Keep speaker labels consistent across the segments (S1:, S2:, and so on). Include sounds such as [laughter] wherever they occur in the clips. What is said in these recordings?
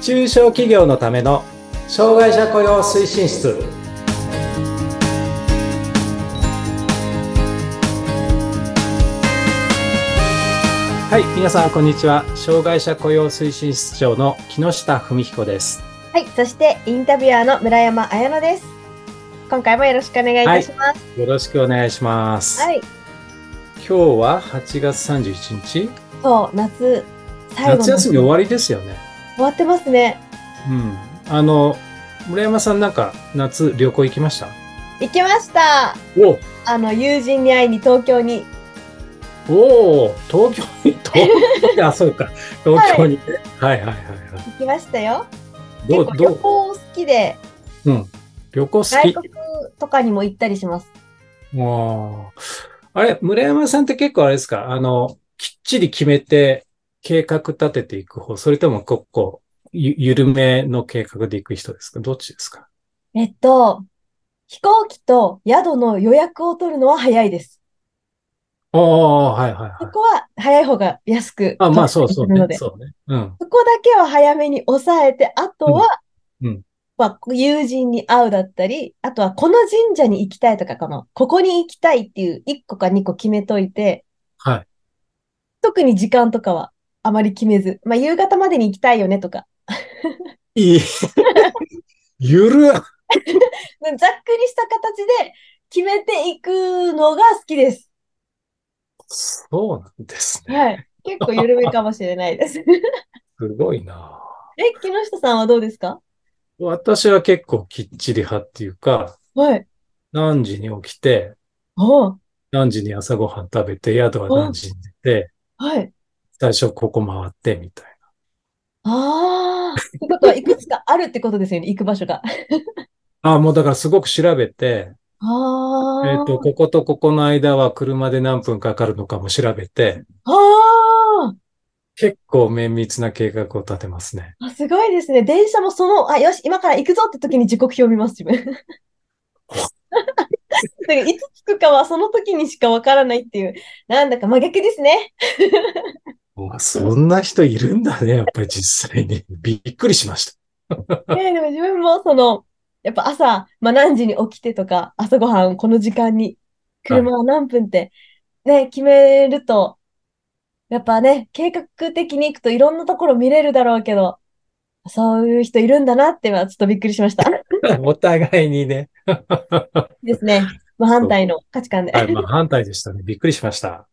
S1: 中小企業のための障害者雇用推進室はい皆さんこんにちは障害者雇用推進室長の木下文彦です
S2: はい、そしてインタビュアーの村山彩乃です。今回もよろしくお願いいたします。
S1: よろしくお願いします、
S2: はい、
S1: 今日は8月31日
S2: そう、夏最後の
S1: 夏休み終わりですよね
S2: 終わってますね。
S1: うんあの村山さんなんか夏旅行行きました
S2: 行きました。
S1: お
S2: あの友人に会いに東京に。
S1: おお東京に東京にあそうか東京に、はい、はいはいはいはい
S2: 行きましたよ。
S1: ど
S2: 結
S1: うど
S2: 構旅行
S1: う
S2: 好きで、
S1: うん旅行好
S2: 外
S1: き
S2: 国とかにも行ったりします。
S1: もうあれ村山さんって結構あれですかあのきっちり決めて計画立てていく方それとも結構ゆ緩めの計画で行く人ですかどっちですか
S2: えっと、飛行機と宿の予約を取るのは早いです。
S1: ああはいはいは
S2: そ
S1: い
S2: こは早い方が安く。
S1: あまあそうそう
S2: 取れ
S1: ね
S2: たりするので
S1: そうねうん
S2: そこだけは早めに抑えて、あとは、
S1: うんうん
S2: まあ、友人に会うだったり、あとはこの神社に行きたいとか、この、ここに行きたいっていう1個か2個決めといて、
S1: はい
S2: 特に時間とかはあまり決めず、まあ、夕方までに行きたいよねとか、
S1: いい [laughs] ゆるっ
S2: ざっくりした形で決めていくのが好きです。
S1: そうなんですね
S2: はい。結構緩めかもしれない
S1: [laughs]
S2: です。え、
S1: すごいな
S2: 木下さんはどうですか
S1: 私は結構きっちり派っていうか、
S2: はい。
S1: 何時に起きて、
S2: おう
S1: 何時に朝ごはん食べて、宿は何時に出て、
S2: はい。
S1: 最初ここ回ってみたい
S2: ああ。ってことは、いくつかあるってことですよね、行く場所が。
S1: な。あ、もうだからすごく調べて、
S2: あ
S1: えっと、こことここの間は車で何分かかるのかも調べて、
S2: あ。あ
S1: 結構綿密な計画を立てますね。
S2: あ。すごいですね。電車もその、あ、よし、今から行くぞって時に時刻表見ます、
S1: [laughs]
S2: 自分。だからいつ着くかはその時にしかわからないっていう、なんだか真逆ですね。
S1: うわそんな人いるんだね、やっぱり実際に。 [laughs] びっくりしました。
S2: えーでも自分もその、やっぱ朝、まあ、何時に起きてとか、朝ごはんこの時間に、車は何分って、ね、決めると、やっぱね、計画的に行くといろんなところ見れるだろうけど、そういう人いるんだなってはちょっとびっくりしました。
S1: お互いにね。
S2: ですね。まあ、反対の価値観で。
S1: はい、まあ反対でしたね。びっくりしました。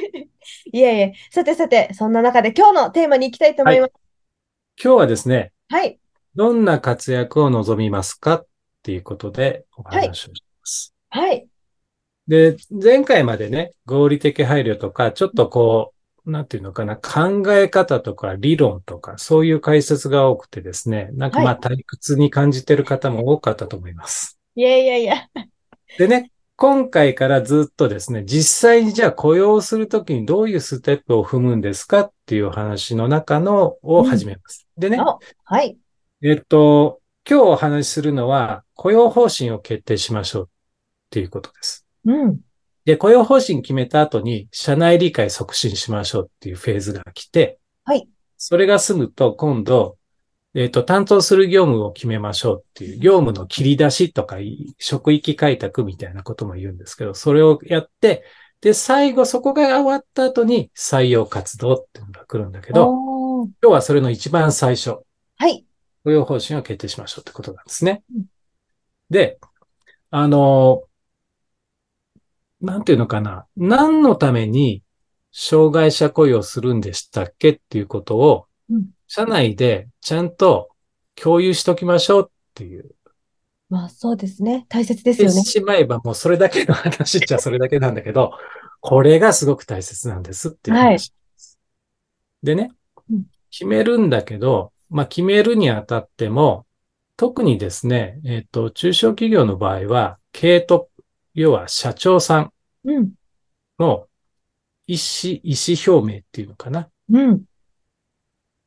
S2: [laughs] いえいえ。さてさて、そんな中で今日のテーマに行きたいと思います。
S1: 今日はですね、
S2: はい。
S1: どんな活躍を望みますかっていうことでお話をします。
S2: はい。
S1: で、前回までね、合理的配慮とか、ちょっとこう、なんていうのかな、考え方とか理論とか、そういう解説が多くてですね、なんかまあ退屈に感じてる方も多かったと思います。
S2: いやいやいや。
S1: でね、今回からずっとですね、実際にじゃあ雇用するときにどういうステップを踏むんですかっていう話の中のを始めます。でね、
S2: おはい。
S1: えっと、今日お話しするのは、雇用方針を決定しましょうっていうことです。
S2: うん。
S1: で、雇用方針決めた後に、社内理解促進しましょうっていうフェーズが来て、
S2: はい。
S1: それが済むと、今度、えっと、担当する業務を決めましょうっていう、業務の切り出しとか、い職域開拓みたいなことも言うんですけど、それをやって、で、最後、そこが終わった後に、採用活動っていうのが来るんだけど、
S2: おー
S1: 今日はそれの一番最初。
S2: はい。
S1: 雇用方針を決定しましょうってことなんですね
S2: うん。
S1: で、あの、なんていうのかな。何のために障害者雇用するんでしたっけっていうことを
S2: うん、
S1: 社内でちゃんと共有しときましょうっていう。
S2: まあそうですね。大切です
S1: 言
S2: よ
S1: っ
S2: ね
S1: て。しまえばもうそれだけの話っちゃそれだけなんだけど、これがすごく大切なんですっていう話
S2: はい
S1: です。でね
S2: うん、
S1: 決めるんだけど、まあ決めるにあたっても、特にですね、えっ、と、中小企業の場合は、経営と、要は社長さん
S2: うん。
S1: の意思、意思表明っていうのかな。
S2: うん。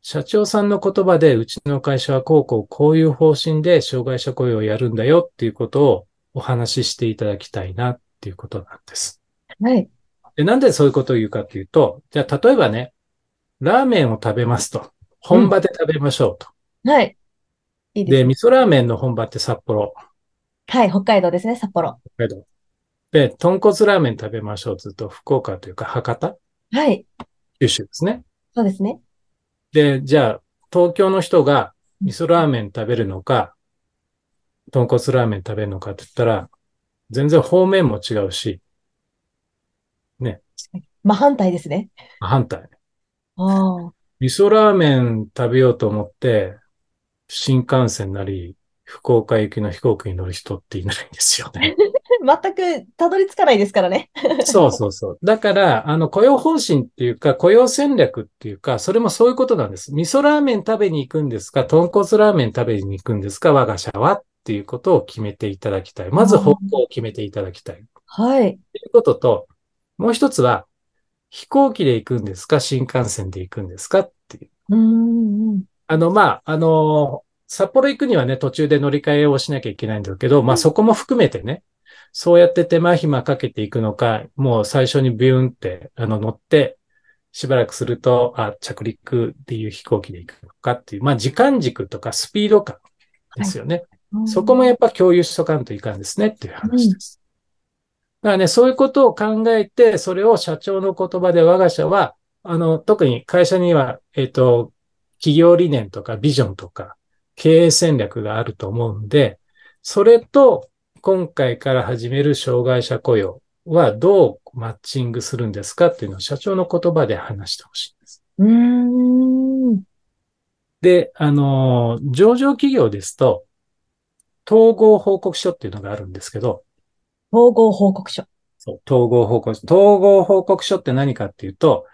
S1: 社長さんの言葉で、うちの会社はこうこうこういう方針で障害者雇用をやるんだよっていうことをお話ししていただきたいなっていうことなんです。
S2: はい。
S1: で、なんでそういうことを言うかっていうと、じゃあ例えばね、ラーメンを食べますと。本場で食べましょうと。
S2: はい。いいです
S1: で、
S2: ね。
S1: 味噌ラーメンの本場って札幌。
S2: はい、北海道ですね、札幌。
S1: 北海道で、豚骨ラーメン食べましょうずっと福岡というか博多
S2: はい、
S1: 九州ですね。
S2: そうですね。
S1: で、じゃあ、東京の人が味噌ラーメン食べるのか、豚骨ラーメン食べるのかって言ったら、全然方面も違うし、
S2: 真反対ですね。
S1: 反対。
S2: ああ、
S1: 味噌ラーメン食べようと思って、新幹線なり、福岡行きの飛行機に乗る人っていないんですよね。
S2: [laughs] 全くたどり着かないですからね。
S1: そうそうそう。だから、あの、雇用方針っていうか、雇用戦略っていうか、それもそういうことなんです。味噌ラーメン食べに行くんですか、豚骨ラーメン食べに行くんですか、我が社はっていうことを決めていただきたい。まず方向を決めていただきたい。と
S2: はい。
S1: いうことと、もう一つは、飛行機で行くんですか、新幹線で行くんですかっていう。
S2: うーんうん。
S1: あの、まあ、あの、札幌行くにはね、途中で乗り換えをしなきゃいけないんだけど、まあ、そこも含めてね、そうやって手間暇かけていくのか、もう最初にビューンって、あの、乗って、しばらくすると、あ、着陸っていう飛行機で行くのかっていう、まあ、時間軸とかスピード感ですよね。そこもやっぱ共有しとかんといかんですねっていう話です。だからね、そういうことを考えて、それを社長の言葉で我が社は、あの、特に会社には、えっ、と、企業理念とかビジョンとか経営戦略があると思うんで、それと今回から始める障害者雇用はどうマッチングするんですかっていうのを社長の言葉で話してほしいんです。
S2: うーん。
S1: で、あの、上場企業ですと、統合報告書っていうのがあるんですけど、
S2: 統合報告書。
S1: そう、統合報告書。統合報告書って何かっていうと、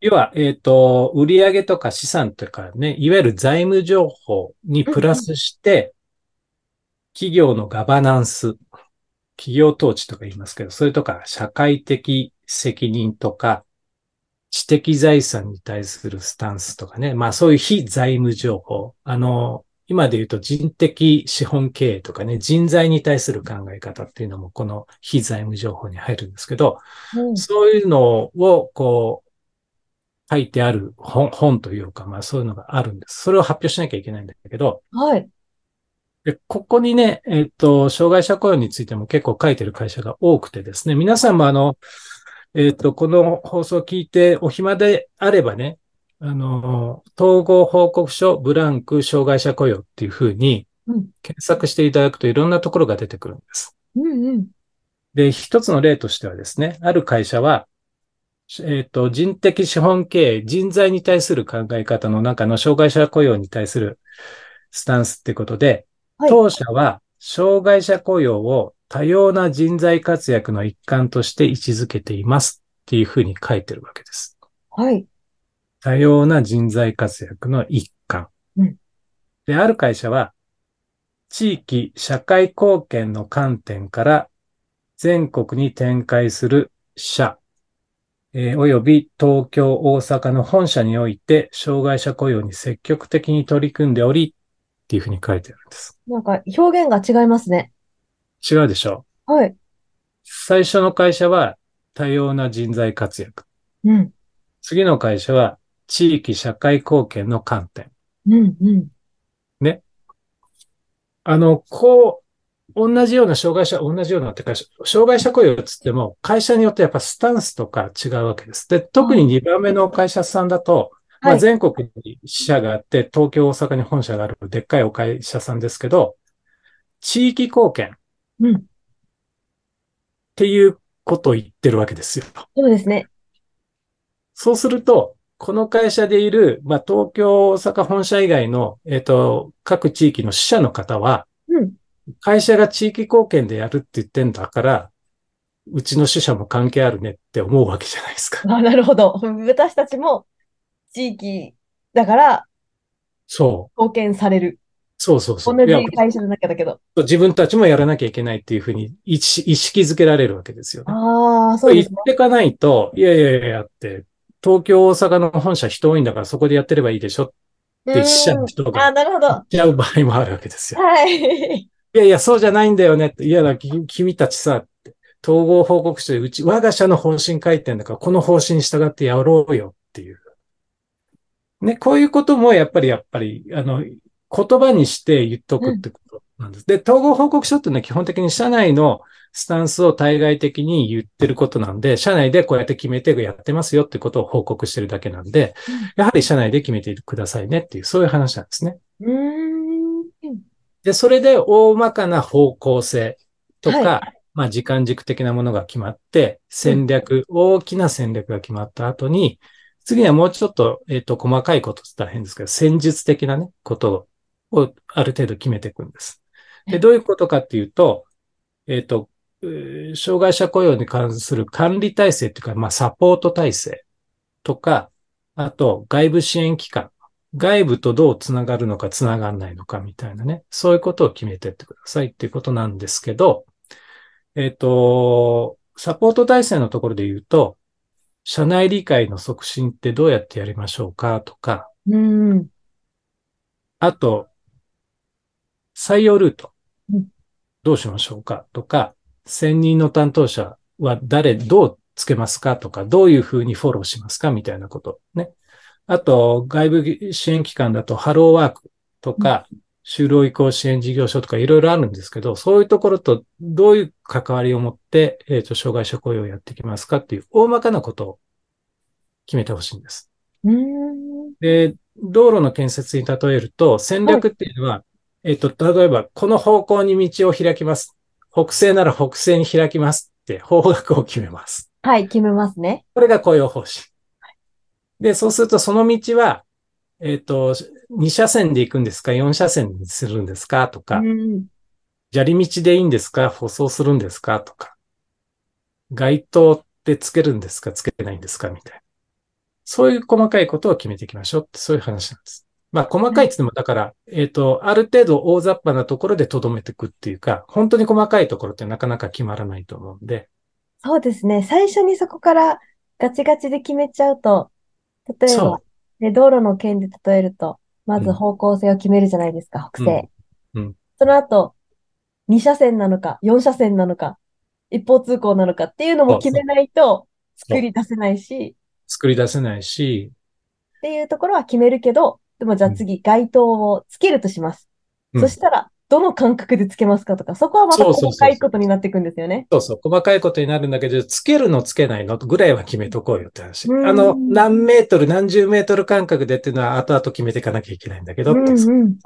S1: 要は、えっ、と、売上とか資産とかね、いわゆる財務情報にプラスして、企業のガバナンス、企業統治とか言いますけど、それとか社会的責任とか、知的財産に対するスタンスとかね、まあそういう非財務情報、あの、今で言うと人的資本経営とかね、人材に対する考え方っていうのもこの非財務情報に入るんですけど、
S2: うん
S1: そういうのをこう、書いてある本、本というか、まあそういうのがあるんです。それを発表しなきゃいけないんだけど、
S2: はい。
S1: で、ここにね、えっと、障害者雇用についても結構書いてる会社が多くてですね、皆さんもあの、えっと、この放送を聞いてお暇であればね、あの、統合報告書ブランク障害者雇用っていうふうに
S2: うん
S1: 検索していただくといろんなところが出てくるんです。
S2: うんうん。
S1: で、一つの例としてはですね、ある会社は、えっ、と、人的資本経営、人材に対する考え方の中の障害者雇用に対するスタンスってことで、
S2: はい
S1: 当社は障害者雇用を多様な人材活躍の一環として位置づけていますっていうふうに書いてるわけです。
S2: はい。
S1: 多様な人材活躍の一環。
S2: うん
S1: で、ある会社は、地域、社会貢献の観点から、全国に展開する社、えーおよび東京、大阪の本社において、障害者雇用に積極的に取り組んでおり、っていうふうに書いてあるんです。
S2: なんか表現が違いますね。
S1: 違うでしょ
S2: はい。
S1: 最初の会社は、多様な人材活躍。
S2: うん。
S1: 次の会社は、地域、社会貢献の観点。
S2: うんうん。
S1: あの、こう、同じような障害者、同じようなってか、障害者雇用っつっても、会社によってやっぱスタンスとか違うわけです。で、特に2番目の会社さんだと、ま
S2: は
S1: あ、
S2: い
S1: 全国に支社があって、東京、大阪に本社があるでっかいお会社さんですけど、地域貢献っ
S2: うん。
S1: ていうことを言ってるわけですよ。
S2: そうですね。
S1: そうすると、この会社でいる、まあ、東京、大阪本社以外の、えっと、各地域の支社の方は、
S2: うん。
S1: 会社が地域貢献でやるって言ってんだから、うちの支社も関係あるねって思うわけじゃない
S2: [laughs]
S1: ですか。
S2: あ、なるほど。私たちも地域だから
S1: そう。
S2: 貢献される。
S1: そうそうそ
S2: 同
S1: う。
S2: じ
S1: いや
S2: 会社の中だけど。
S1: 自分たちもやらなきゃいけないっていうふうに意識意識づけられるわけですよね。
S2: ああ、そう
S1: 言
S2: で
S1: っ
S2: すね。
S1: ていかないと、いやいやいやって、東京、大阪の本社人多いんだからそこでやってればいいでしょっ
S2: う
S1: て支社の人
S2: んあ
S1: が
S2: ーなるほ
S1: 言
S2: ど
S1: っ。ちゃう場合もあるわけですよ。
S2: はい。
S1: いやいや、そうじゃないんだよねって。いやだ、き君たちさ、って統合報告書で、うち、我が社の方針書いてんだから、この方針に従ってやろうよっていう。ね、こういうこともやっぱり、やっぱり、あの、言葉にして言っとくってことなんです。で、統合報告書っていうのは基本的に社内のスタンスを対外的に言ってることなんで、社内でこうやって決めてやってますよってことを報告してるだけなんで、やはり社内で決めてくださいねっていう、そういう話なんですね。
S2: うーん。
S1: で、それで大まかな方向性とか、
S2: は
S1: まあ時間軸的なものが決まって、戦略、大きな戦略が決まった後に、次にはもうちょっと、えっ、と、細かいことって言ったら変ですけど、戦術的なね、ことをある程度決めていくんです。
S2: え
S1: で、どういうことかっていうと、えっ、と、えー障害者雇用に関する管理体制っていうか、まあサポート体制とか、あと外部支援機関外部とどうつながるのかつながらないのかみたいなね、そういうことを決めてってくださいっていうことなんですけど、えっ、と、サポート体制のところで言うと、社内理解の促進ってどうやってやりましょうかとか、
S2: うん。
S1: あと、採用ルート
S2: うん。
S1: どうしましょうかとか、専任の担当者は誰、どうつけますかとか、どういうふうにフォローしますかみたいなこと。ね。あと、外部支援機関だと、ハローワークとか、就労移行支援事業所とかいろいろあるんですけど、そういうところとどういう関わりを持って、えっ、と、障害者雇用をやっていきますかっていう大まかなことを決めてほしいんです。
S2: うん。
S1: で、道路の建設に例えると、戦略っていうのは、えっと、例えば、この方向に道を開きます。北西なら北西に開きますって方角を決めます。
S2: はい、決めますね。
S1: これが雇用方針。で、そうすると、その道は、えっと、2車線で行くんですか ?4 車線にするんですかと
S2: う
S1: か、
S2: ん。
S1: 砂利道でいいんですか舗装するんですかとか。街灯ってつけるんですかつけないんですかみたいな。そういう細かいことを決めていきましょうって、そういう話なんです。まあ、細かいって言っても、だから、えっ、と、ある程度大雑把なところで留めていくっていうか、本当に細かいところってなかなか決まらないと思うんで、
S2: そうですね。最初にそこからガチガチで決めちゃうと、例え
S1: そ
S2: ば、で、道路の件で例えると、ま
S1: う
S2: ず
S1: ん
S2: 方向性を決めるじゃないですか、北西。
S1: うんうん
S2: その後、2車線なのか、4車線なのか、一方通行なのかっていうのも決めないと
S1: そう
S2: 作り出せないし、
S1: 作り出せないし、
S2: っていうところは決めるけど、でもじゃあ次、街灯をつけるとします。
S1: うん
S2: そしたら、どの間隔でつけますかとか、そこはまた
S1: そうそうそう
S2: 細
S1: そう
S2: かいことになっていくんですよね。
S1: そうそう、細かいことになるんだけど、つけるのつけないのぐらいは決めとこうよって話。
S2: うん
S1: あの、何メートル、何十メートル間隔でっていうのは後々決めていかなきゃいけないんだけどって、
S2: うんうん。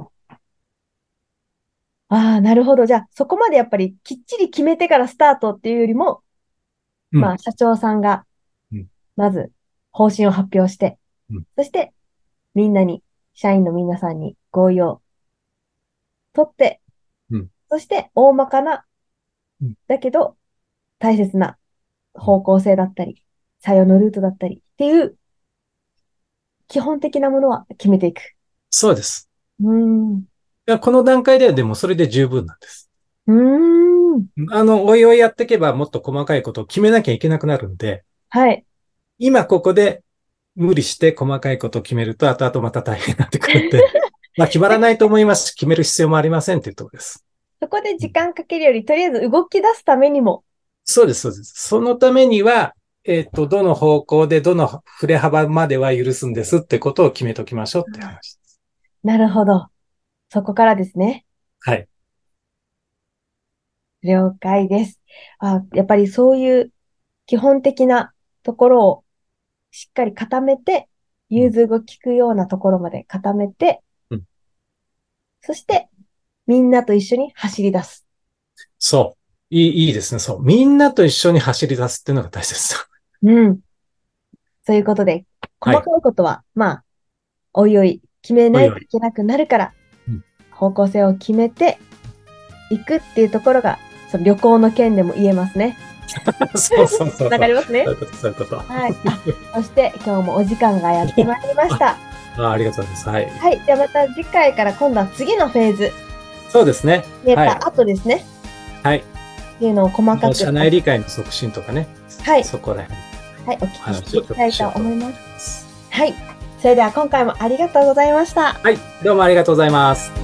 S2: ああ、なるほど。じゃあ、そこまでやっぱりきっちり決めてからスタートっていうよりも、
S1: うん
S2: まあ、社長さんが
S1: うん、
S2: まず方針を発表して
S1: うん、
S2: そして、みんなに、社員の皆さんに合意を取って
S1: うん、
S2: そして、大まかな
S1: うん、
S2: だけど、大切な方向性だったり、採用のルートだったりっていう、基本的なものは決めていく。
S1: そうです。
S2: うーん。
S1: いやこの段階ではでもそれで十分なんです。
S2: うーん。
S1: あの、おいおいやっていけばもっと細かいことを決めなきゃいけなくなるんで、
S2: はい。
S1: 今ここで無理して細かいことを決めると後々また大変になってく
S2: [laughs]
S1: るんで、まあ決まらないと思いますし、決める必要もありませんっていうところです。
S2: そこで時間かけるより、とりあえず動き出すためにも。
S1: そうです、そうです。そのためには、えっ、と、どの方向でどの振れ幅までは許すんですってことを決めときましょうって話です。
S2: なるほど。そこからですね。
S1: はい。
S2: 了解です。あ、やっぱりそういう基本的なところをしっかり固めて、融通が効くようなところまで固めて、
S1: うん
S2: そして、みんなと一緒に走り出す。
S1: そう。いい、いいですね。そう。みんなと一緒に走り出すって [laughs] いうのが大切だ。
S2: うん。ということで、
S1: はい
S2: 細かいことは、まあ、おいおい決めないといけなくなるから、
S1: おいおいうん
S2: 方向性を決めていくっていうところが、その旅行の件でも言えますね。
S1: そうそうそうそう。
S2: わかりますね
S1: そうい。うこと、そういうこと。
S2: はい。あ、そして今日もお時間がやってまいりました。
S1: あありがとうございます。はい。
S2: はい。じゃあまた次回から今度は次のフェーズ、
S1: そうですね。
S2: 決めた後ですね。
S1: はい。
S2: っていうのを細か
S1: もう
S2: く。
S1: 社内理解の促進とかね。
S2: はい
S1: そこら辺
S2: はい。お聞きしていきたいと思います。
S1: です。
S2: はい。それでは今回もありがとうございました。
S1: はい。どうもありがとうございます。